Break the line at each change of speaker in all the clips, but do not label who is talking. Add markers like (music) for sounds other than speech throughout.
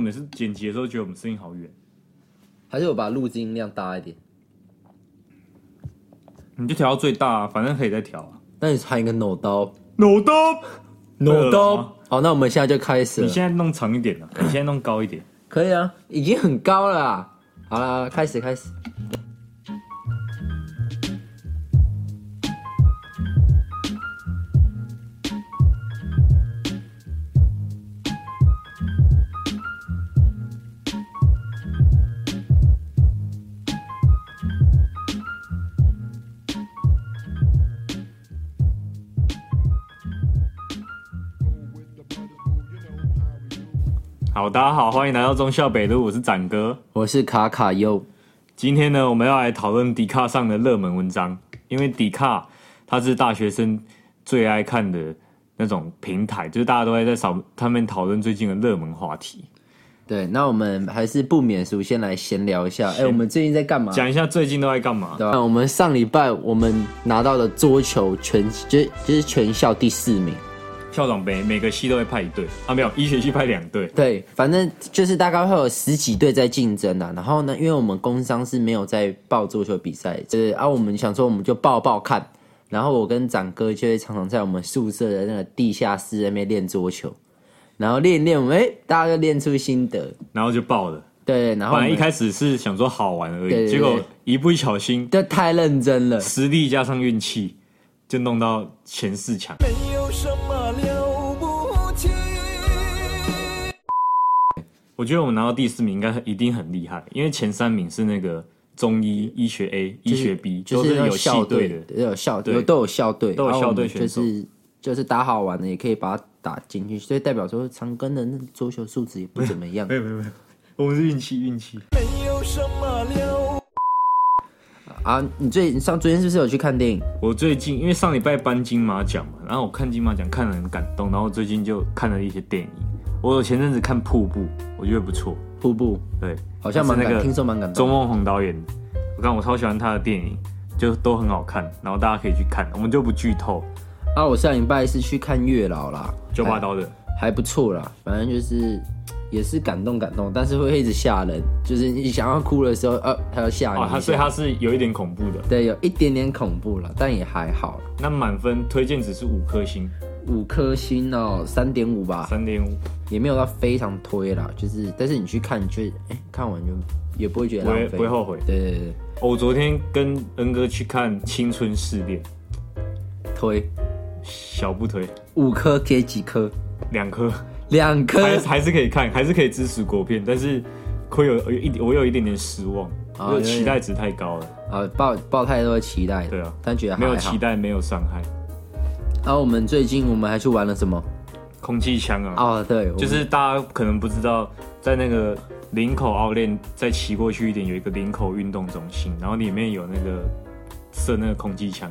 每次剪辑的时候觉得我们声音好远。
还是我把录音量大一点？
你就调到最大、啊，反正可以再调、啊。
那你喊一个扭刀，
扭刀，
扭
饿了吗
刀。好，那我们现在就开始
你
了。
现在弄长一点啊，你现在弄高一点。
可以啊，已经很高了啊。好啦，开始开始。
好，大家好，欢迎来到中校北路，我是展哥。
我是卡卡优，
今天呢，我们要来讨论迪卡上的热门文章，因为迪卡它是大学生最爱看的那种平台，就是大家都会在扫他们讨论最近的热门话题，
对，那我们还是不免俗，先来闲聊一下。哎、我们最近在干嘛？
讲一下最近都在干嘛。
对吧？那我们上礼拜我们拿到了桌球全，就是就是全校第四名。
校长杯每个系都会派一队啊，没有医学系派两队，
对，反正就是大概会有十几队在竞争啊。然后呢，因为我们工商是没有在报桌球比赛，就是啊，我们想说我们就报报看。然后我跟展哥就会常常在我们宿舍的那个地下室那边练桌球，然后练一练，我们哎，大家就练出心得。
然后就爆了。
对，然
本
后我
来
们
一开始是想说好玩而已，
对对对
结果一不小心，
就太认真了，
实力加上运气，就弄到前四强。
没有什么了不起。
我觉得我们拿到第四名，应该一定很厉害，因为前三名是那个中医、医学 A、医学 B，
就是
都
那
是
种
有
校
系
队
队的。
都有校
对
队，都有校队，
都有
然后
校
我
队
们就
选手
是就是打好玩的，也可以把它打进去，所以代表说长庚的那桌球素质也不怎么样。
没有没有没有，我们是运气运气。
没有什么了。
啊，你最你上昨天是不是有去看电影？
我最近因为上礼拜颁金马奖嘛，然后我看金马奖看得很感动，然后最近就看了一些电影。我前阵子看《瀑布》，我觉得不错，
瀑布
对，
好像蛮
啊是
感，
那个
听说蛮感
周
动。
梦红导演，我看我超喜欢他的电影，就都很好看，然后大家可以去看，我们就不剧透。
啊，我上礼拜是去看月老啦，
九把刀的，
还还不错啦，反正就是也是感动感动，但是会一直吓人，就是你想要哭的时候，呃，还要吓你一
哦，
下。
他所以他是有一点恐怖的。
对，有一点点恐怖了，但也还好啦，
那满分推荐只是五颗星，
五颗星哦、三点五吧，
三点五，
也没有到非常推啦，就是但是你去看，你就哎、看完就也不会觉得
不
浪
会
费，
不会后悔。
对对对
哦我昨天跟恩哥去看《青春试炼》，
对，推
小不推
五颗给几颗？
两
(laughs)
颗，
两颗
还还是可以看，还是可以支持国片，但是会有有一点，我有一点点失望，
啊
我的期待值太高了，
啊，抱抱太多的期待了，
对啊
但觉得还
没
好
有期待，没有伤害。
然后我们最近我们还去玩了什么？
空气枪啊，
哦，对，我们
就是大家可能不知道，在那个林口奥练再骑过去一点，有一个林口运动中心，然后里面有那个射那个空气枪，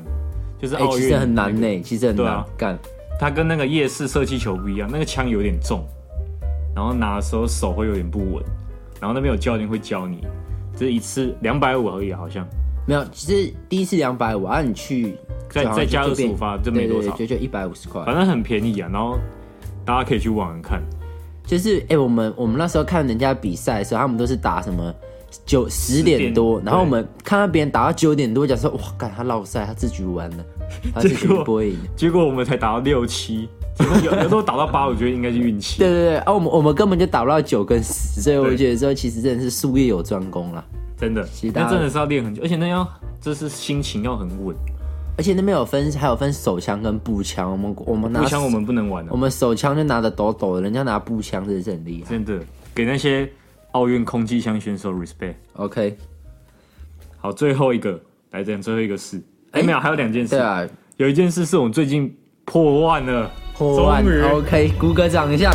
就是
哎、
奥
其
运、
实很难呢、，其实很
对
难
啊
干、
它跟那个夜市射气球不一样，那个枪有点重，然后拿的时候手会有点不稳，然后那边有教练会教你，这一次两百五而已，啊好像
没有，其实第一次两百五，啊，你去
再
就好像
再加二
就
十
变
五发就没多少
对对，对就就一百五十块。
反正很便宜啊，然后大家可以去网上看，
就是哎、我们我们那时候看人家比赛的时候，他们都是打什么九十
点
点多，然后
对
我们看到别人打到九点多，讲说哇，干他落赛，他自己玩
(laughs)
了，他自己
结果
不会赢。
结果我们才打到六七，结果有有时候打到八，我觉得应该是运气。
(laughs) 对对对，啊，我们我们根本就打不到九跟十，所以我
对
觉得说其实真的是术业有专攻啦。
真的
其，他
那真的是要练很久，而且那要这是心情要很稳。
而且那边有分，还有分手枪跟步枪。我们我们拿
步枪我们不能玩
我
啊，
们手枪就拿的抖抖的，人家拿步枪真的是很厉害。
真的给那些奥运空气枪选手 respect。
OK，
好，最后一个来讲最后一个事，哎、
哎
没有，还有两件事。
对啊，
有一件事是我们最近破万了，
破万
终于
OK，鼓个掌一下。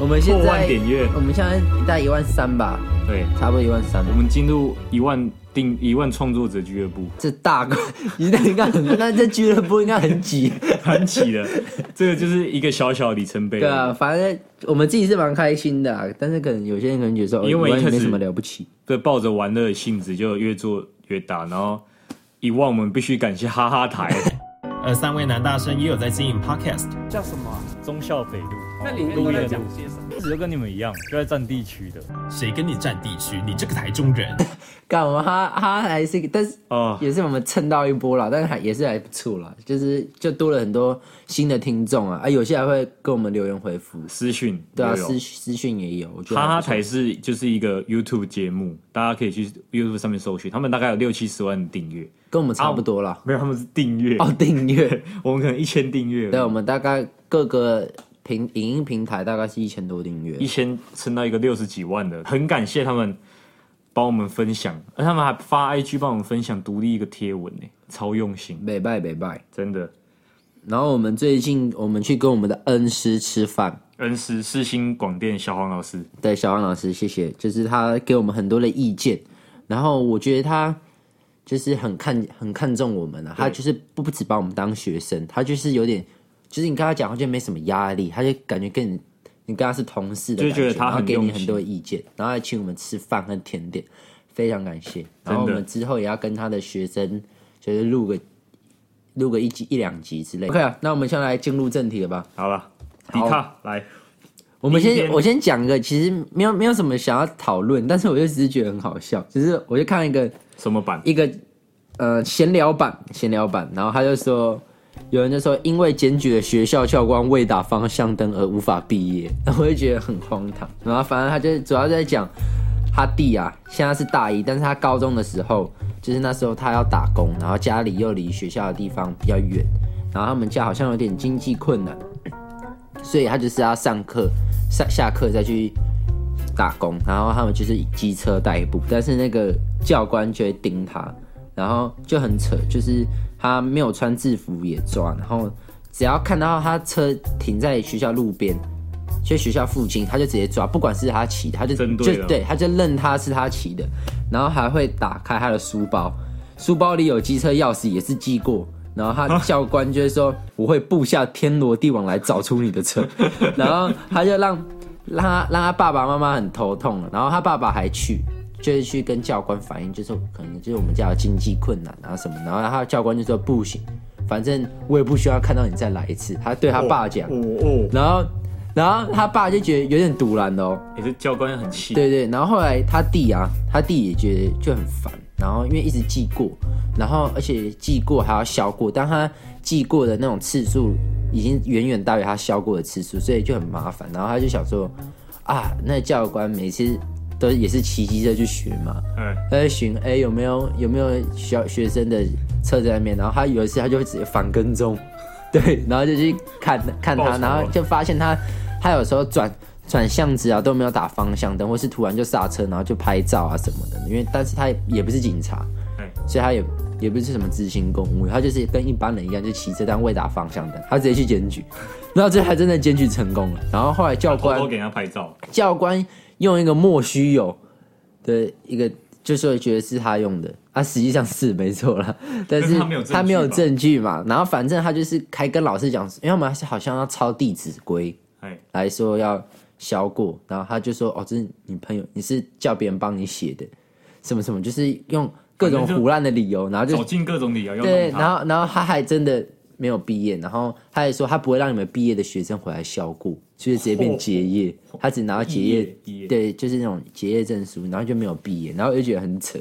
我们现
破万
在
点阅，
我们现在大概一万三吧，
对，
差不多一万三
我。们进入一万定一万创作者俱乐部， (laughs)
这大个， (laughs) 你那应该很，那这俱乐部应该
(laughs)
很挤。
很起了，这个就是一个小小的里程碑。
对啊，反正我们自己是蛮开心的、啊，但是可能有些人可能觉得说，哦
因为
一万
一开始
没什么了不起。
对，抱着玩乐的性质就越做越大，然后一万我们必须感谢哈哈台
呃
而三位男大生也有在经营 Podcast。
叫什么？
忠孝北路。
那里面
录
都
音
在
的
讲
录
些什么？
一直就跟你们一样，就在占地区的
谁跟你占地区？你这个台中人，
干嘛？他他还是，但是
啊。
也是我们蹭到一波啦，但是还也是还不错啦，就是就多了很多新的听众啊，啊，有些还会跟我们留言回复，
私讯啊
对啊，
也有
私私讯也有，我觉得
哈哈
还不错
才是就是一个 YouTube 节目，大家可以去 YouTube 上面搜寻，他们大概有六七十万的订阅，
跟我们差不多啦。
没有他们是订阅，
哦，订阅，
我们可能一千订阅而已，
对，我们大概各个平影音平台大概是一千多订阅
一，千撑到一个六十几万的，很感谢他们帮我们分享，而他们还发 IG 帮我们分享独立一个贴文呢，超用心，
北拜北拜。
真的。
然后我们最近我们去跟我们的恩师吃饭，
恩师世新广电小黄老师，
对小王老师，谢谢，就是他给我们很多的意见，然后我觉得他就是很看很看重我们啊，他就是不不只把我们当学生，他就是有点，就是你跟他讲话就没什么压力，他就感觉跟你你跟他是同事的
就
感
是觉得他
然后
很
给你
用
很多意见，然后还请我们吃饭和甜点，非常感谢。然后我
真的
们之后也要跟他的学生就是录个录个一集一两集之类的。OK 啊，那我们先来进入正题了吧。
好了，迪卡来，
我们
第一
先
天
我先讲一个，其实没有没有什么想要讨论，但是我就只是觉得很好笑，只是我就看一个
什么版？
一个呃闲聊版闲聊版，然后他就说有人就说因为检举了学校教官未打方向灯而无法毕业，然后我就觉得很荒唐，然后反正他就主要在讲他弟啊，现在是大一，但是他高中的时候，就是那时候他要打工，然后家里又离学校的地方比较远，然后他们家好像有点经济困难，所以他就是要上课下下课再去打工，然后他们就是以机车代步，但是那个教官就会盯他，然后就很扯，就是他没有穿制服也抓，然后只要看到他车停在学校路边，就学校附近，他就直接抓，不管是他骑的，他就
针对啊
就
了
对，他就认他是他骑的，然后还会打开他的书包，书包里有机车钥匙，也是寄过。然后
啊
他教官就会说：“我会布下天罗地网来找出你的车。” (laughs) 然后他就让让他让他爸爸妈妈很头痛了。然后他爸爸还去，就是去跟教官反映，就是可能就是我们家有经济困难啊什么。然后他教官就说：“不行，反正我也不需要看到你再来一次。”他对他爸讲，
哦哦，
然后然后他爸就觉得有点堵然哦。
也是教官很气，
对对，然后后来他弟啊，他弟也觉得就很烦，然后因为一直记过，然后而且记过还要消过，但他记过的那种次数已经远远大于他消过的次数，所以就很麻烦。然后他就想说，啊，那教官每次都也是骑机车去巡嘛，
嗯，
他在巡哎、有没有有没有小学生的车在那边，然后他有一次他就会直接反跟踪， (laughs) 对，然后就去看看
报
他，
仇啊
然后
了
就发现他他有时候转转巷子啊都没有打方向灯，或是突然就刹车，然后就拍照啊什么的，因为但是他也也不是警察，
哎，
所以他也也不是什么执行公务员，他就是跟一般人一样，就骑车但未打方向灯，他直接去检举，然后这还真的检举成功了，然后后来教
偷
官
偷给人家拍照，
教官用一个莫须有的一个，就是会觉得是他用的，啊，实际上是没
(laughs)
错啦，但
但
是
是他没有证据吧
他没有证据嘛，然后反正他就是还跟老师讲，因为我们是好像要抄《弟子规》
哎，
来说要消过，然后他就说哦，这是你朋友，你是叫别人帮你写的，什么什么，就是用各种
反正就
胡乱的理由，然后就
找尽各种理由要
对，
弄
然
他，
后然后他还真的没有毕业，然后他还说他不会让你们毕业的学生回来校过，就是直接变结业，他只拿到结
毕
业
业毕，业
对，就是那种结业证书，然后就没有毕业，然后就觉得很扯，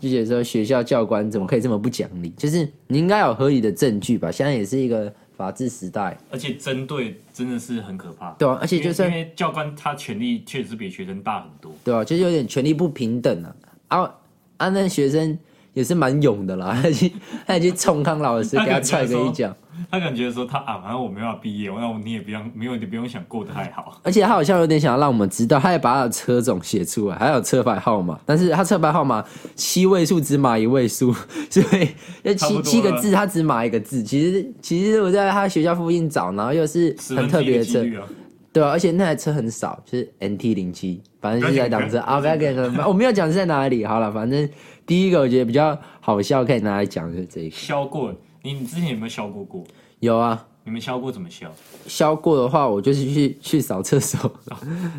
就觉得说学校教官怎么可以这么不讲理？就是你应该有合理的证据吧？现在也是一个法治时代，
而且针对真的是很可怕，
对啊而且
因为
就算
因为教官他权力确实比学生大很多，
对吧、就是有点权力不平等啊。啊啊，那学生也是蛮勇的啦， (laughs) 他去他去冲康
(laughs)
老师，
他
给他
感觉
踹个一
说
脚。
他感觉说他啊，反正我没办法毕业，那我你也不用没有你不用想过得太好，
而且他好像有点想要让我们知道，他也把他的车种写出来，还有车牌号码，但是他车牌号码七位数只码一位数， (laughs) 所以就
差不
七
多了
七个字他只码一个字。其实其实我在他学校附近找，然后又是
十
很
分
特
之一
别
的
的
几
车，
率啊，
对啊，而且那台车很少，就是 NT 零七，反正就是在挡车
不
啊，不要跟你说，我没有讲是在哪里。好了，反正第一个我觉得比较好笑，可以拿来讲就是这个。
削过。你你之前有没有削过过？
有啊，
你们削过怎么削？
削过的话，我就是去去扫
(laughs)
厕所。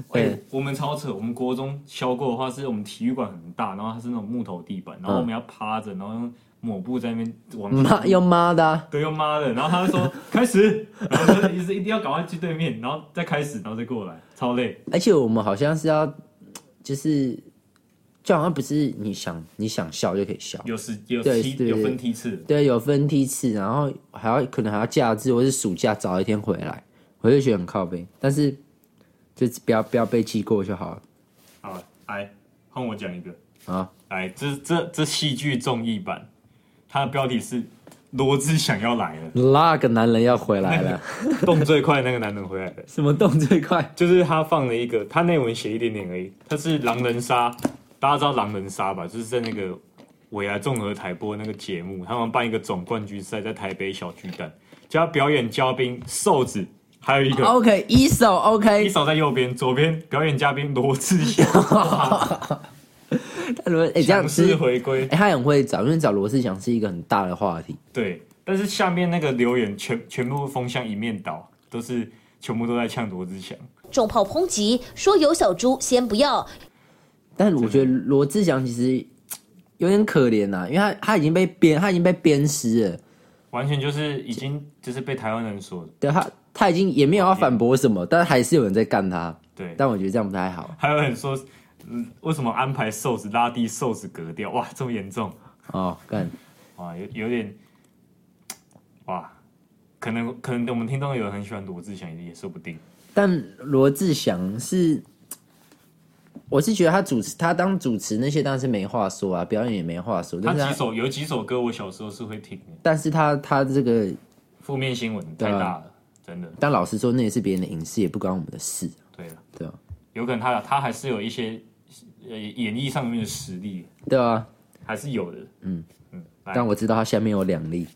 哎、
对
我们超扯，我们国中削过的话，是我们体育馆很大，然后它是那种木头地板，然后我们要趴着，然后用抹布在那边往
嗯妈，要妈的啊、
对，用妈的，然后他就说开始，然后就一直一定要赶快去对面，然后再开始，然后再过来，超累。
而且我们好像是要，就是就好像不是你想你想笑就可以笑，
有时有
对
梯
对
有分梯次，
对，有分梯次，然后还要可能还要假日或是暑假早一天回来，我就觉得很靠背，但是就不要不要被记过就好了
好，来换我讲一个，
啊。
来这这这戏剧综艺版，它的标题是罗志祥要来了，
那个男人要回来了，
动最快那个男人回来了。
(laughs) 什么动最快？
就是他放了一个，他内文写一点点而已，他是狼人杀，大家知道狼人杀吧？就是在那个未来综合台播那个节目，他们办一个总冠军赛，在台北小巨蛋，就要表演嘉宾瘦子，还有一个、
OK，一手
一
(laughs) OK，
手在右边，左边表演嘉宾罗志祥，
他说哎这样
强势
子，
回归
哎、，他很会找，因为找罗志祥是一个很大的话题。
对。但是下面那个留言全全部风向一面倒，都是全部都在呛罗志祥。
重炮抨击，说有小猪先不要，
但我觉得罗志祥其实有点可怜啊呐、因为他他已经被鞭，他已经被鞭尸了，
完全就是已经就是被台湾人说的，
对他他已经也没有要反驳什么，但还是有人在干他。
对。
但我觉得这样不太好
还有人说，嗯，为什么安排瘦子拉低瘦子格调？哇，这么严重
哦，干
哇，有有点，哇，可能可能我们听众有人很喜欢罗志祥，也说不定。
但罗志祥是，我是觉得他主持他当主持那些当然是没话说啊，表演也没话说，
他
但是
几
他
首有几首歌我小时候是会听的，
但是他他这个，
负面新闻
对
太
啊
大了，真的。
但老实说那也是别人的隐私，也不关我们的事，
对了，
对啊，
有可能他他还是有一些呃演艺上面的实力，
对啊。
还是有的。 (laughs) 嗯嗯，来
但我知道他下面有两例。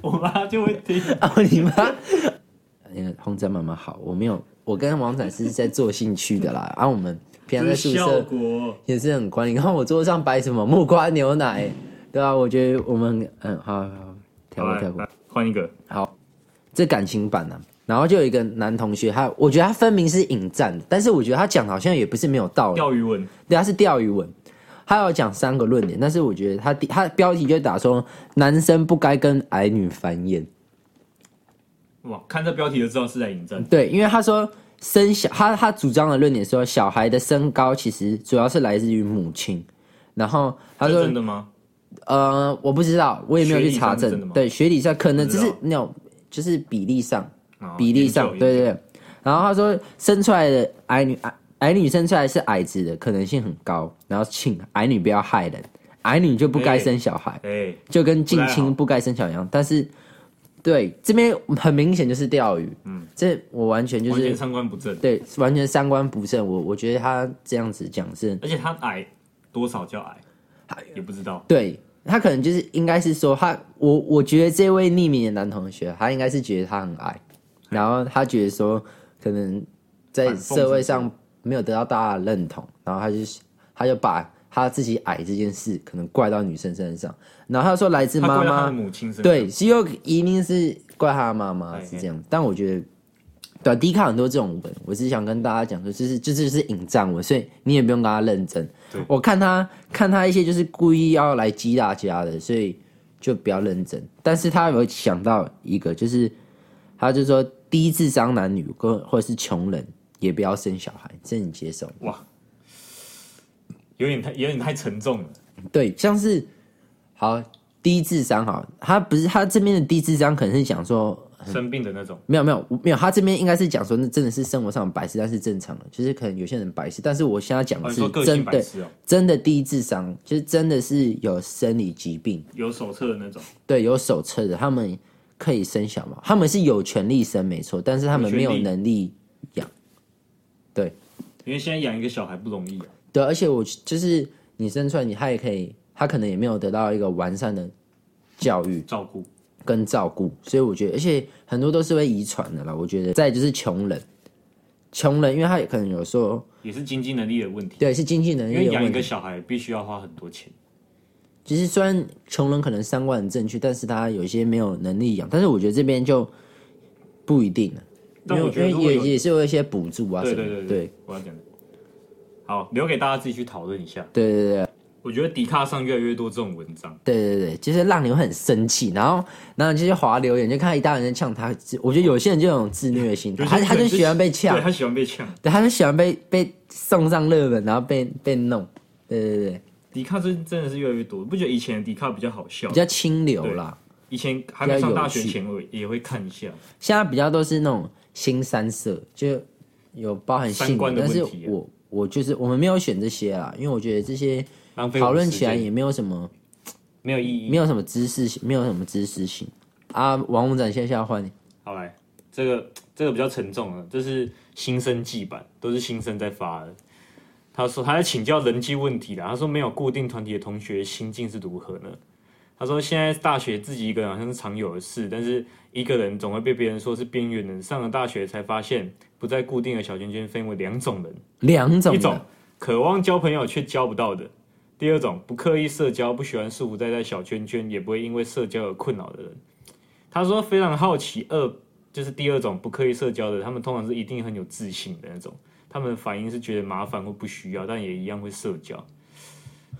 我妈就会
(laughs)
听。
哦，你妈！嗯，红仔妈妈好，我没有，我跟王仔是在做兴趣的啦。
(laughs)
啊，我们平常在宿
效
舍
果
也是很关你看我桌上摆什么木瓜牛奶，对吧、啊？我觉得我们嗯，好好好，跳
好啊
过
来
跳过
来。换一个，
好，这感情版呢、然后就有一个男同学，他我觉得他分明是引战，但是我觉得他讲的好像也不是没有道理。
钓鱼文，
对，他是钓鱼文，他有讲三个论点，但是我觉得他第他标题就打说男生不该跟矮女繁衍。
哇，看这标题就知道是在引战。
对，因为他说生小，他他主张的论点说，小孩的身高其实主要是来自于母亲。然后他
是
说
真，的吗？
呃，我不知道，我也没有去
学
查
理上是真的
证。
吗
对，学理上可能
不知
只
道
是那种就是比例上，
哦
比例上
研，究
对对
研究
对。然后他说，生出来的矮女矮矮女生出来是矮子的可能性很高，然后请矮女不要害人，矮女就不该
哎
生小孩。
哎、
就跟近
不太好
亲不该生小一样。但是，对这边很明显就是钓鱼，嗯，这我完全就
完全
是
三观不正，
对完全三观不正。我我觉得他这样子讲是
而且他矮多少叫矮，也不知道。
对他可能就是应该是说他我我觉得这位匿名的男同学，他应该是觉得他很矮，然后他觉得说可能在
反讽
社会
是
上没有得到大家的认同，然后他就他就把他自己矮这件事可能怪到女生身上，然后他说来自
他
妈
怪到他
妈
的母亲身上，
对，是又一定是怪他妈妈
哎
是这样，但我觉得，对、啊，迪卡很多这种文，我只是想跟大家讲说，就是这就是引战文，所以你也不用跟他认真
对。
我看他看他一些就是故意要来激大家的，所以就不要认真。但是他有想到一个，就是他就说低智商男女或或者是穷人也不要生小孩，这你接受吗？
哇，有点太有点太沉重了。
对，像是好低智商好，他不是他这边的低智商可能是讲说
生病的那种，
没有没有没有，他这边应该是讲说，那真的是生活上的白痴，但是正常的，就是可能有些人白痴，但是我现在讲
哦，
的
你
是
说个性
真
白
的
痴哦，
真的低智商，就是真的是有生理疾病，
有手册的那种，
对，有手册的，他们可以生小嘛，他们是有权利生没错，但是他们没有
有权利
能力养，对
因为现在养一个小孩不容易啊。
对，而且我就是你生出来，你他也可以，他可能也没有得到一个完善的教育，
照顾
跟照顾，所以我觉得，而且很多都是会遗传的啦。我觉得，再来就是穷人，穷人，因为他也可能有时候
也是经济能力的问题，
对是经济能
因
力
为
有
养一
问
个
题，
小孩必须要花很多钱，
其实虽然穷人可能三观很正确，但是他有些没有能力养，但是我觉得这边就不一定了，因
但我觉得
为因
如
为
果有
也也是有一些补助啊什
对
么的，
对对对，我要讲的。好，留给大家自己去讨论一下。
对对对
我觉得迪卡上越来越多这种文章，
对对对，就是让你会很生气，然后然后你就去划留言，就看到一大堆人呛他。我觉得有些人就有自虐心态，他他就喜欢被呛
对，他喜欢被呛。
对，他就喜欢被被送上热门，然后被被弄。对对对，
迪卡真真的是越来越多，不觉得以前的迪卡比较好笑？
比较清流啦。
以前还没上大学
比较
前，我也会看一下。
现在比较都是那种新三色，就有包含
三
性
观
的，
的
但
问题
是
啊
我我就是我们没有选这些啦，因为我觉得这些
浪费我
讨
们
论
时
起来
间
也没有什么
没有意义。
没有什么知识性，没有什么知识性啊。王文展现在要换你，
好来，这个这个比较沉重啊了，这是新生季版，都是新生在发的。他说他在请教人际问题啦，他说没有固定团体的同学心境是如何呢？他说现在大学自己一个人好像是常有的事，但是一个人总会被别人说是边缘人。上了大学才发现，不在固定的小圈圈分为两种人，
两种
一
的
种渴望交朋友却交不到的，第二种不刻意社交、不喜欢束缚待在小圈圈，也不会因为社交而困扰的人。他说非常好奇二，就是第二种不刻意社交的，他们通常是一定很有自信的那种，他们的反应是觉得麻烦或不需要，但也一样会社交。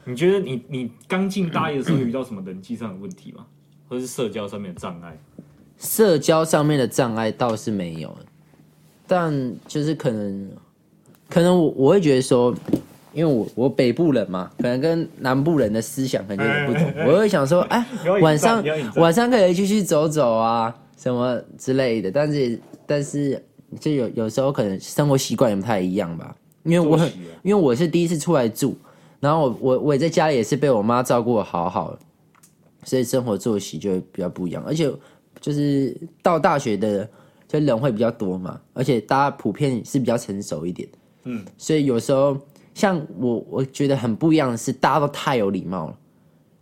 你觉得你你刚进大一的时候有遇到什么人际上的问题吗？或是社交上面的障碍？
社交上面的障碍倒是没有，但就是可能，可能我我会觉得说，因为我我北部人嘛，可能跟南部人的思想可能有点不同，我会想说，哎
不要，引战
晚上
不要引战
晚上可以出去走走啊，什么之类的，但是但是就有有时候可能生活习惯也不太一样吧，因为我很
作息啊
因为我是第一次出来住，然后我我我也在家里也是被我妈照顾的好好的，所以生活作息就会比较不一样，而且就是到大学的就人会比较多嘛，而且大家普遍是比较成熟一点，嗯，所以有时候像我我觉得很不一样的是，大家都太有礼貌了，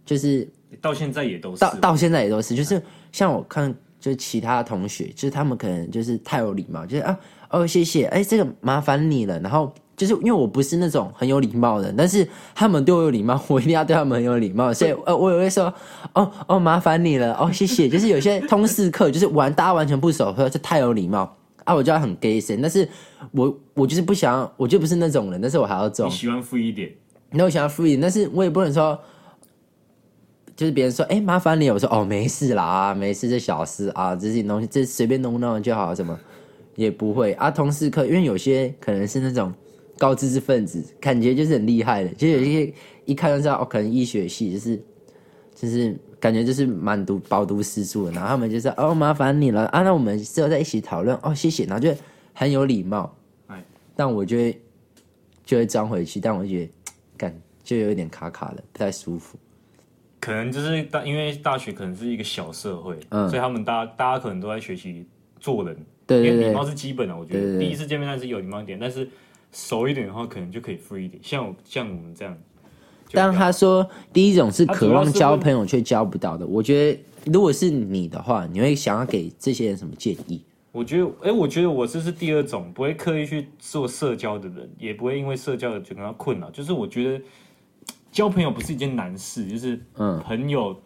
就是
到现在也都是嗯
到到现在也都是，就是像我看，就是其他的同学，就是他们可能就是太有礼貌，就是啊哦谢谢，哎这个麻烦你了，然后就是因为我不是那种很有礼貌的人，但是他们对我有礼貌，我一定要对他们很有礼
(laughs)
貌，所以呃我也会说哦哦麻烦你了，哦谢谢，就是有些通识课就是完大家完全不熟，或者就太有礼貌。啊，我就要很 gay 神，但是我我就是不想要，我就不是那种人，但是我还要装
你。喜欢富一点，
那我想要 free，但是我也不能说，就是别人说，哎、麻烦你，我说哦，没事啦，没事，这小事啊，这些东西，这随便弄弄就好，什么也不会啊。同事课，因为有些可能是那种高知识分子，感觉就是很厉害的，就有一些一看就知道，哦，可能医学系就是就是感觉就是满读饱读诗书的，然后他们就说，哦，麻烦你了啊，那我们之后再一起讨论，哦，谢谢，然后就很有礼貌，
哎，
但我就会就会装回去，但我就觉得感就有一点卡卡的，不太舒服。
可能就是大，因为大学可能是一个小社会，
嗯
所以他们大大家可能都在学习做人，
对对
因为
对
礼貌是基本的。我觉得
对对对
第一次见面还是有礼貌一点，但是熟一点的话，可能就可以 free 一点。像我像我们这样，就
但
比较
他说第一种是渴望
他主要
交
是问
朋友却交不到的，我觉得如果是你的话，你会想要给这些人什么建议？
我觉得，哎、我觉得我这是第二种，不会刻意去做社交的人，也不会因为社交的觉得他困扰。就是我觉得交朋友不是一件难事，就是
嗯
朋友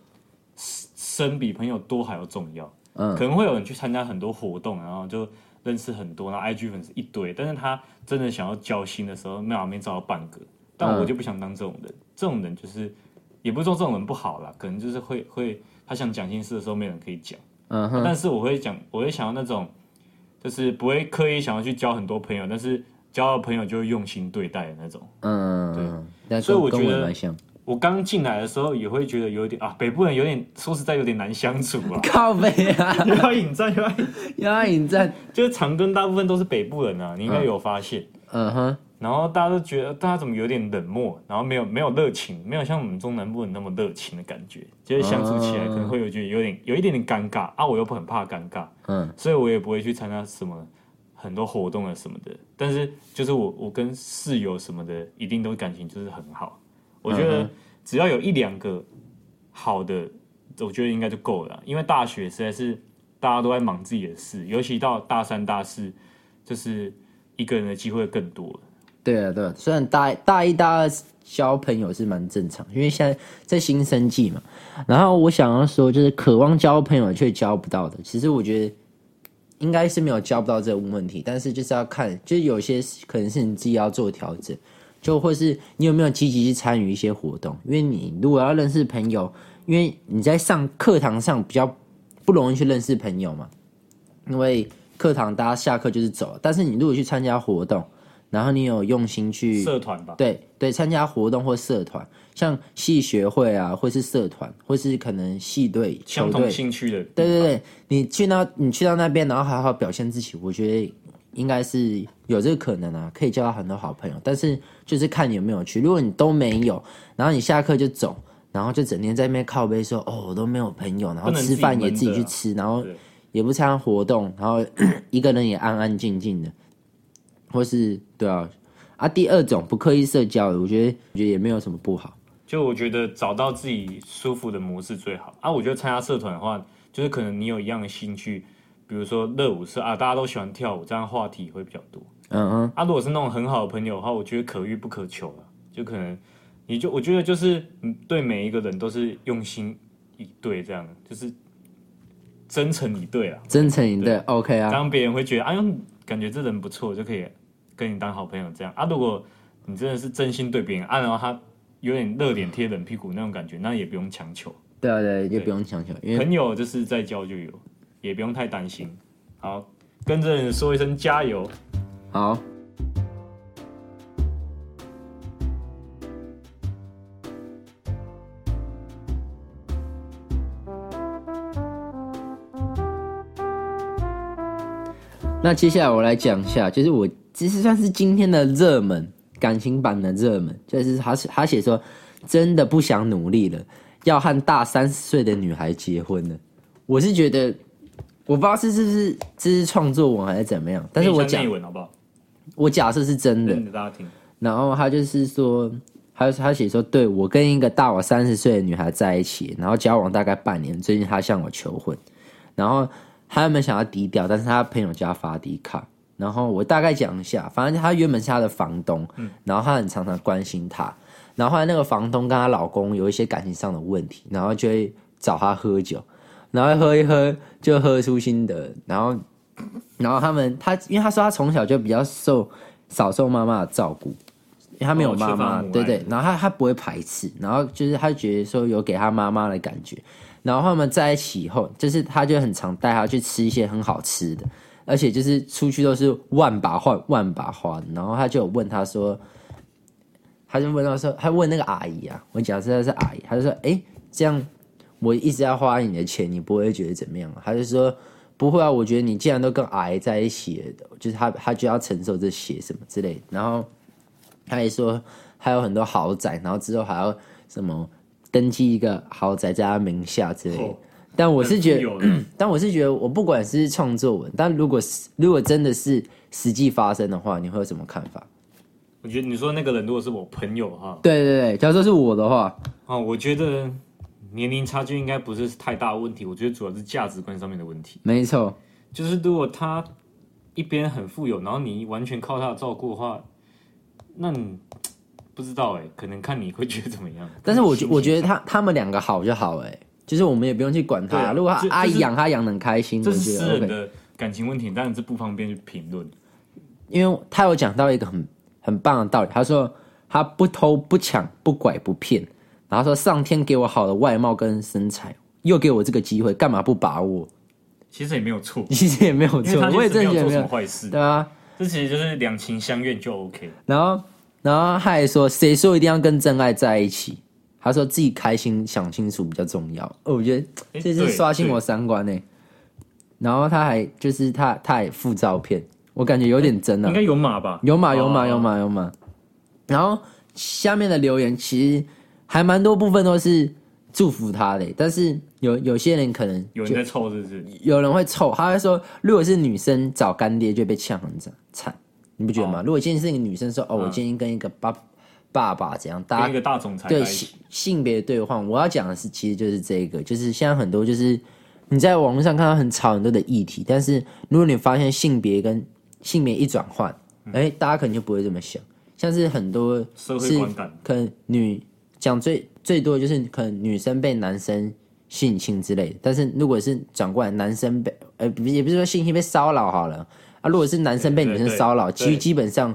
生比朋友多还要重要。
嗯
可能会有人去参加很多活动，然后就认识很多，然后 IG 粉丝一堆，但是他真的想要交心的时候，没有没找到半个。但我
嗯
就不想当这种人，这种人就是也不是说这种人不好啦，可能就是会会他想讲心事的时候，没有人可以讲。
嗯哼，
但是我会讲，我会想要那种，就是不会刻意想要去交很多朋友，但是交了朋友就会用心对待的那种。
嗯，那
所以我
跟
觉
跟我
得
也蛮像。，
我刚进来的时候也会觉得有点啊，北部人有点说实在有点难相处啊
靠背啊，
又 (laughs) 要引战又要引，
又要引战。
就是长庚大部分都是北部人啊，你应该有发现。
(laughs) 嗯哼，
然后大家都觉得大家怎么有点冷漠，然后没有没有热情，没有像我们中南部人那么热情的感觉，就是相处起来可能会有觉得有点有一点点尴尬啊，我又不很怕尴尬，
嗯，
所以我也不会去参加什么很多活动啊什么的。但是就是我我跟室友什么的，一定都感情就是很好。我觉
嗯
得
哼
只要有一两个好的，我觉得应该就够了。因为大学实在是大家都在忙自己的事，尤其到大三大四，就是一个人的机会更多了。
对啊，对啊，虽然大大一、大二交朋友是蛮正常，因为现在在新生季嘛。然后我想要说，就是渴望交朋友却交不到的，其实我觉得应该是没有交不到这个问题，但是就是要看，就是有些是可能是你自己要做调整，就或是你有没有积极去参与一些活动，因为你如果要认识朋友，因为你在上课堂上比较不容易去认识朋友嘛，因为课堂大家下课就是走，但是你如果去参加活动。然后你有用心去
社团吧，
对对，参加活动或社团，像系学会啊，或是社团，或是可能系队、球
相
队
同，兴趣的，
对对对，你去到你去到那边，然后好好表现自己，我觉得应该是有这个可能啊，可以交到很多好朋友。但是就是看你有没有去，如果你都没有，然后你下课就走，然后就整天在那边靠背说哦我都没有朋友，然
不
后
能自
吃
己
饭也
闷
自己
着
去
啊
吃，然后
对
也不参加活动，然后 (clears throat) 一个人也安安静静的，或是对啊啊，第二种不刻意社交的，我觉得我觉得也没有什么不好。
就我觉得找到自己舒服的模式最好啊。我觉得参加社团的话，就是可能你有一样的兴趣，比如说热舞社啊，大家都喜欢跳舞，这样话题会比较多。
嗯哼，
啊，如果是那种很好的朋友的话，我觉得可遇不可求了，就可能你就我觉得就是嗯对每一个人都是用心以对，这样就是真诚以对啊，
真诚一对
对
o k 啊，
让别人会觉得哎呦，感觉这人不错，就可以跟你当好朋友这样啊。如果你真的是真心对别人，啊，然后他有点热脸贴冷屁股那种感觉，那也不用强求，
对啊对啊，就不用强求，因为
朋友就是在交就有，也不用太担心。好，跟这人说一声加油。
好。那接下来我来讲一下，就是我其实算是今天的热门感情版的热门，就是他他写说真的不想努力了，要和大三十岁的女孩结婚了。我是觉得，我不知道是是不是这是创作文还是怎么样，但是我
念一下
讲
内文好不好？
我假设是真的
念，给大家听。
然后他就是说，他他写说，对我跟一个大我三十岁的女孩在一起，然后交往大概半年，最近她向我求婚，然后他原本想要低调，但是他朋友叫他发低卡，然后我大概讲一下，反正他原本是他的房东，然后他很常常关心他，然后后来那个房东跟她老公有一些感情上的问题，然后就会找他喝酒，然后喝一喝就喝出心得，然后然后他们他因为他说他从小就比较受少受妈妈的照顾，因为他没有
哦缺乏
妈妈，
母爱
对对，然后他他不会排斥，然后就是他觉得说有给他妈妈的感觉，然后他们在一起以后，就是他就很常带他去吃一些很好吃的，而且就是出去都是万把换万把花，然后他就有问他说，他就问他说，他问那个阿姨啊，我假设他是阿姨，他就说，哎，这样我一直要花你的钱，你不会觉得怎么样、啊？他就说不会啊，我觉得你既然都跟阿姨在一起了，就是他他就要承受这些什么之类的。然后他也说还有很多豪宅，然后之后还要什么登记一个豪宅在他名下之类的。
哦
但我是觉得，
有的
但我是觉得，我不管是创作文，但如果是如果真的是实际发生的话，你会有什么看法？
我觉得你说那个人如果是我朋友哈，
对对对，假如说是我的话，
啊，我觉得年龄差距应该不是太大的问题，我觉得主要是价值观上面的问题。
没错，
就是如果他一边很富有，然后你完全靠他的照顾的话，那你不知道哎、可能看你会觉得怎么样。
但是我觉
心情
我觉得他他们两个好就好哎、就是我们也不用去管他、
对啊
如果他
这
阿
这
姨
是
养他养的很开心，
这
我
是
觉
私
得
人
OK。
的感情问题，当然是不方便去评论。
因为他有讲到一个很很棒的道理，他说他不偷不抢不拐不骗，然后说上天给我好的外貌跟身材，又给我这个机会，干嘛不把握？
其实也没有错，
其实也没有
因为
错
他，
我也
确
真
实
的
没
觉
有
得
做
没
什
有
么坏事，
对啊。
这其实就是两情相悦就 OK。
然后，然后他还说，谁说一定要跟真爱在一起？他说自己开心、想清楚比较重要。哦，我觉得
诶
这是
对
刷新
对
我三观呢、然后他还就是他他还附照片，我感觉有点真啊
应该，有码吧？
有码有码有
哦。
码有码。然后下面的留言其实还蛮多部分都是祝福他的、欸但是有有些人可能
有人
就
在凑，是不是？
有人会臭，他会说，如果是女生找干爹就被呛很惨惨，你不觉得吗？
哦嗯
如果今天是一个女生说，哦，我今天跟一个爸、爸爸怎样，大
跟一
家
个大总裁在
啊对
一起
性。性别对换，我要讲的是，其实就是这个，就是现在很多就是你在网络上看到很吵很多的议题，但是如果你发现性别跟性别一转换，哎、大家可能就不会这么想。像是很多
嗯社会
是
观感
可能女讲最最多就是可能女生被男生性侵之类的，但是如果是转过来男生被呃不是也不是说性侵被骚扰好了啊，如果是男生被
对
女生
对
骚扰，
对
其实基本上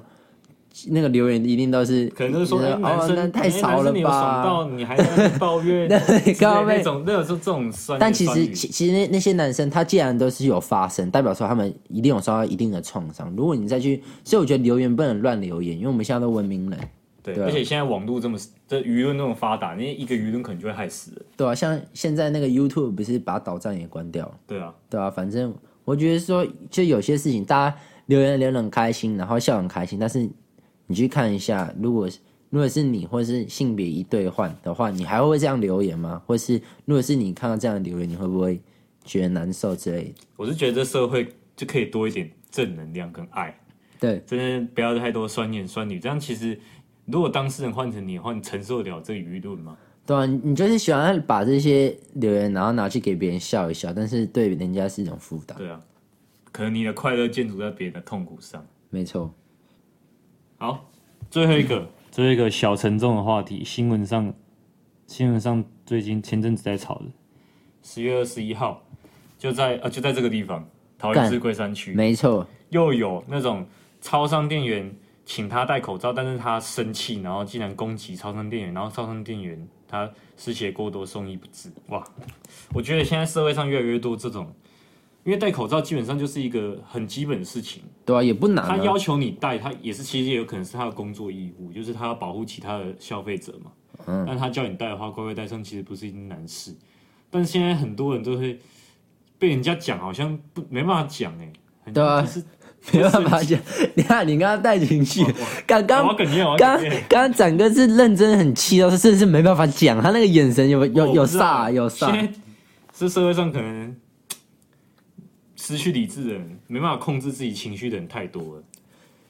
那个留言一定都是
可能就是说，哎、男
哦
生
那太
哎
少了
男生你有爽
吧。
到你还在那边抱怨，
(laughs) 那
之类
靠背
那种那种这种酸言
但其
酸
实
语
其其实那那些男生他既然都是有发生，代表说他们一定有受到一定的创伤。如果你再去，所以我觉得留言不能乱留言，因为我们现在都文明人。
对，
对啊
而且现在网络这么这舆论那么发达，你一个舆论可能就会害死人。
对啊，像现在那个 YouTube 不是把导站也关掉，
对啊，
对啊，反正我觉得说，就有些事情大家留言留得很开心，然后笑得很开心，但是你去看一下，如果如果是你或是性别一对换的话，你还会这样留言吗？或是如果是你看到这样的留言，你会不会觉得难受之类的？
我是觉得这社会就可以多一点正能量跟爱，
对
真的不要太多酸言酸语。这样其实，如果当事人换成你的话，你承受得了这个舆论吗？
对啊，你你就是喜欢把这些留言，然后拿去给别人笑一笑，但是对人家是一种负担。
对啊，可能你的快乐建筑在别人的痛苦上。
没错，
好，最后一个，最后一个小沉重的话题，新闻上，新闻上最近前阵子在炒的，十月二十一号，就在呃就在这个地方，桃园
干
市龟山区，
没错，
又有那种超商店员请他戴口罩，但是他生气，然后竟然攻击超商店员，然后超商店员他失血过多送医不治。哇，我觉得现在社会上越来越多这种，因为戴口罩基本上就是一个很基本的事情。
对啊，也不难、啊。
他要求你戴，他也是其实也有可能是他的工作义务，就是他要保护其他的消费者嘛。嗯，但他叫你戴的话，乖乖戴上其实不是一件难事。但是现在很多人都会被人家讲，好像不没办法讲哎、很
对啊
就是
(laughs) 没办法讲，你看你刚刚带情绪，刚刚
我要哽咽我要哽咽
刚刚刚展哥是认真很气到，甚至是没办法讲，他那个眼神有有
哦我
有
不知道
煞有煞
现，在这社会上可能失去理智的人，没办法控制自己情绪的人太多了。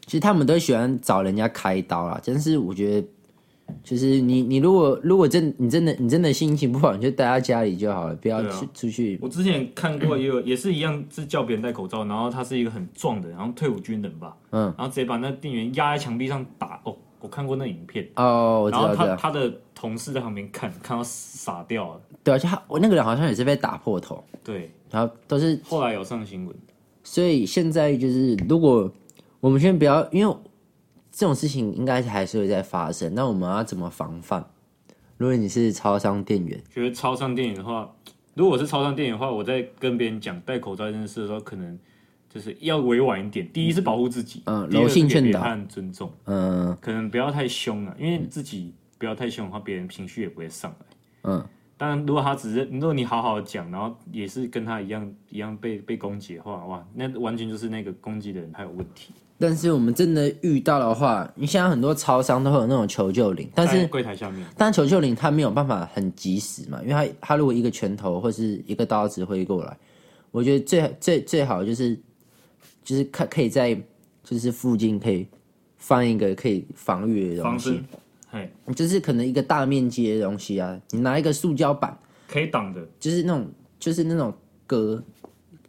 其实他们都喜欢找人家开刀啦，但是我觉得。就是你，你如果如果真你真的你真的心情不好，你就待在家里就好了，不要
对啊
去出去。
我之前看过也有，
嗯
也是一样，是叫别人戴口罩，然后他是一个很壮的，然后退伍军人吧，
嗯，
然后直接把那店员压在墙壁上打。哦，我看过那影片，
哦，我知
然
道，
后
知
他
道
他的同事在旁边看，看到傻掉了。
对啊，就他我那个人好像也是被打破头，
对，
然后都是
后来有上新闻，
所以现在就是，如果我们先不要，因为这种事情应该还是会在发生，那我们要怎么防范？如果你是超商店员，
觉得超商电影的话，如果我是超商电影的话，我在跟别人讲戴口罩这件事的时候，可能就是要委婉一点。第一是保护自己，
嗯
第二
柔性
是给
劝
别
导
人尊重，
嗯
可能不要太凶啊，因为自己不要太凶的话，别人情绪也不会上来。
嗯，
当然，如果他只是如果你好好讲，然后也是跟他一样一样被被攻击的话，哇，那完全就是那个攻击的人他有问题。
但是我们真的遇到的话，你现在很多超商都会有那种求救铃，但
在
是
柜台下面，
但求救铃它没有办法很及时嘛，因为它它如果一个拳头或是一个刀子挥过来，我觉得最最最好就是就是看可以在就是附近可以放一个可以防御的东
防
西
身，嘿，
就是可能一个大面积的东西啊，你拿一个塑胶板，
可以挡的，
就是那种就是那种隔，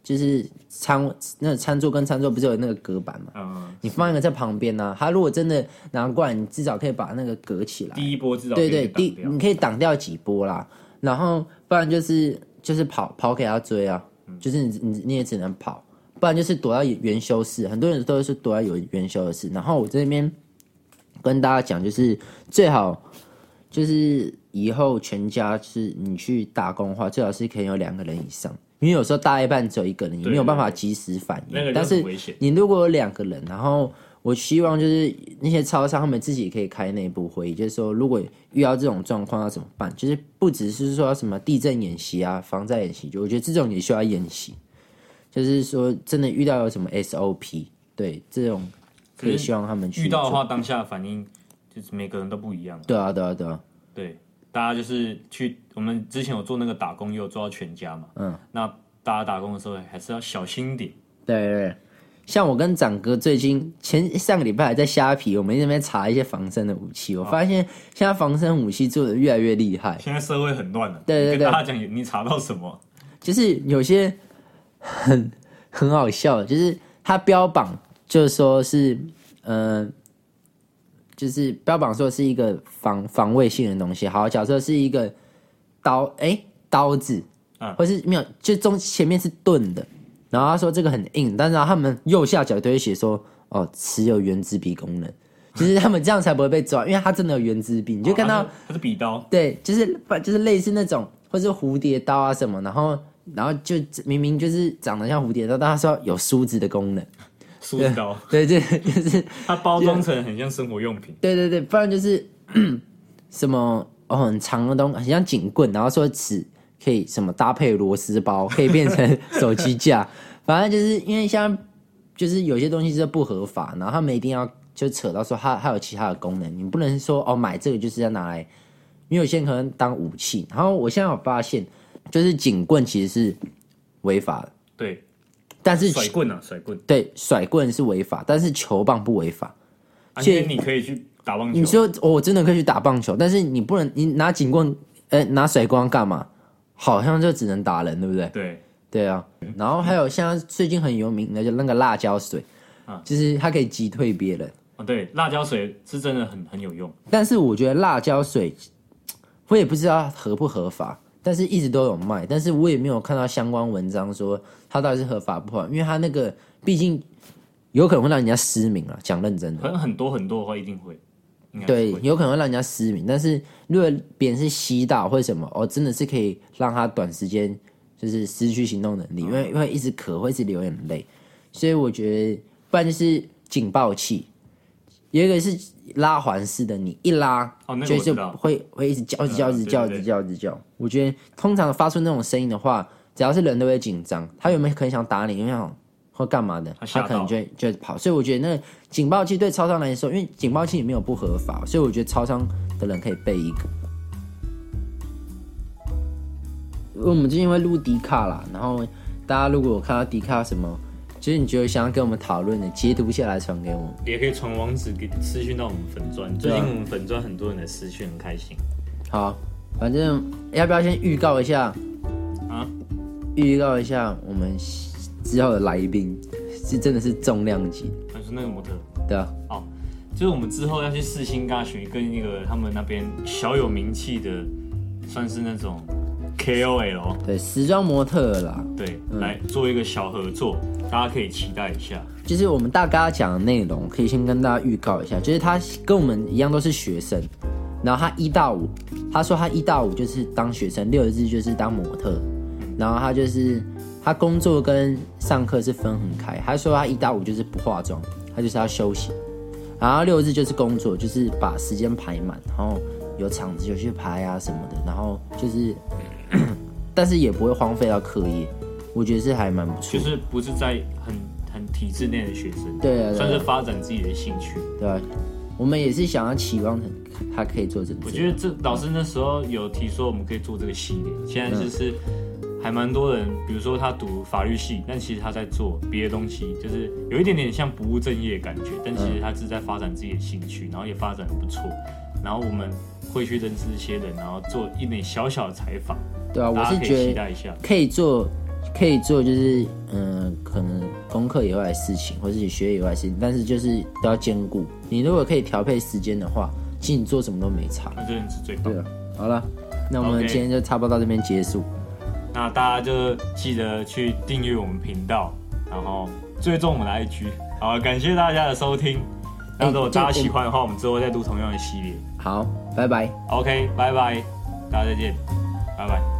就是餐那个餐桌跟餐桌不是有那个隔板嘛？
嗯，
你放一个在旁边呢、啊，它如果真的拿过来，你至少可以把那个隔起来。
第一波至少
哎对
可以
对，
挡
第嗯
掉
你可以挡掉几波啦，然后不然就是就是跑跑给他追啊，
嗯
就是你你你也只能跑，不然就是躲在元修室，很多人都是躲在有元修的室。然后我这边跟大家讲，就是最好就是以后全家是你去打工的话，最好是可以有两个人以上，因为有时候大一半只有一个人，你
对
没有办法及时反应。
那个就
但是
很危险
你如果有两个人，然后我希望就是那些超商他们自己可以开内部会议，就是说如果遇到这种状况要怎么办，就是不只是说什么地震演习啊、防灾演习，就我觉得这种也需要演习，就是说真的遇到有什么 SOP，对这种可以
可是
希望他们去
遇到的
做
话，当下反应就是每个人都不一样。
对啊对啊对啊，
对，大家就是去我们之前有做那个打工，也有做到全家嘛。嗯，那大家打工的时候还是要小心一点。
对对对，像我跟展哥最近前上个礼拜还在虾皮，我们那边查一些防身的武器，我发现现在防身武器做的越来越厉害，
现在社会很乱了，
对对
你
对
跟大家讲你查到什么？
就是有些很很好笑，就是它标榜就是说是嗯、呃就是标榜说是一个防防卫性的东西。好，假设是一个刀，哎、刀子，
嗯
或是没有，就中前面是钝的，然后他说这个很硬，但是他们右下角都会写说，哦，持有原子笔功能，就是他们这样才不会被抓，因为他真的有原子笔，你就看到、
哦它是它是笔刀，
对，就是不就是类似那种，或是蝴蝶刀啊什么，然后然后就明明就是长得像蝴蝶刀，但他说有梳子的功能，
梳子刀，
对，这就是
它包装成很像生活用品。
对对对，不然就是 (clears throat) 什么哦很长的东很像警棍，然后说此可以什么搭配螺丝包，可以变成 (laughs) 手机架，反正就是因为像就是有些东西是不合法，然后他们一定要就扯到说它它有其他的功能，你不能说哦买这个就是要拿来，因为有些人可能当武器。然后我现在有发现，就是警棍其实是违法的，
对，
但是
甩棍啊，甩棍，
对甩棍是违法，但是球棒不违法。
啊
所
因
以
为你可以去打棒球。
你说哦我真的可以去打棒球，但是你不能，你拿警棍，呃，拿甩光干嘛？好像就只能打人，对不对？
对，
对啊。
嗯
然后还有像最近很有名的，就那个辣椒水
啊，
就是它可以击退别人。
哦对，辣椒水是真的很很有用。
但是我觉得辣椒水，我也不知道合不合法，但是一直都有卖，但是我也没有看到相关文章说它到底是合法不合法，因为它那个毕竟有可能会让人家失明啊。讲认真的，
可能很多很多的话一定会，应该
对
是，会
有可能会让人家失明。但是如果别人是吸到或者什么，哦，真的是可以让他短时间就是失去行动能
嗯
力，因为因为一直咳，会一直流眼泪。所以我觉得，不然就是警报器，有一个是拉环式的，你一拉，
哦那个
就
我
是
知道嗯
会会一直叫，一直叫，一直叫，一
对对
直
对
叫，一直叫。我觉得通常发出那种声音的话，只要是人都会紧张，他有没有可能想打你，因为想或干嘛的，
他吓
他
到
可能就会就会跑。所以我觉得那个警报器对超商来说，因为警报器也没有不合法，所以我觉得超商的人可以备一个。因为我们最近会录迪卡啦，然后大家如果有看到迪卡什么，就是你觉得想要跟我们讨论的，截图下来传给我们。
也可以传网址给私讯到我们粉砖。最
啊
近我们粉砖很多人的私讯很开心
好，反正要不要先预告一下？
啊，
预告一下我们之后的来宾是真的是重量级，
但是那个模特。
对吧？
哦，就是我们之后要去四星大学跟一个他们那边小有名气的，算是那种 KOL
对，时装模特儿啦，
对，来做一个小合作，大家可以期待一下。
就是我们大概要讲的内容，可以先跟大家预告一下，就是他跟我们一样都是学生，然后他一到五，他说他一到五就是当学生，六日就是当模特，然后他就是他工作跟上课是分很开，他说他一到五就是不化妆，他就是要休息，然后六日就是工作，就是把时间排满，然后有场子就去排啊什么的，然后就是， (clears throat) 但是也不会荒废到课业，我觉得是还蛮不错
就
的。
是不是在很很体制内的学生，
对啊对啊
算是发展自己的兴趣。
对吧？我们也是想要期望他可以做成这样。
我觉得这老师那时候有提说我们可以做这个系列，现在就是
嗯
还蛮多人，比如说他读法律系，但其实他在做别的东西，就是有一点点像不务正业的感觉，但其实他是在发展自己的兴趣，然后也发展的不错。然后我们会去认识一些人，然后做一点小小的采访，
对啊，我
大
是
家可以
觉
期
得
待一下。
可以做，可以做就是嗯、可能功课以外的事情，或者是学业以外的事情，但是就是都要兼顾。你如果可以调配时间的话，其实你做什么都没差。
那真的是最棒
对。啊，好了，那我们
OK
今天就差不多到这边结束。
那大家就记得去订阅我们频道，然后追踪我们的 IG。好，感谢大家的收听。那如果大家喜欢的话，我们之后再录同样的系列。
好，拜拜。
OK，拜拜，大家再见，拜拜。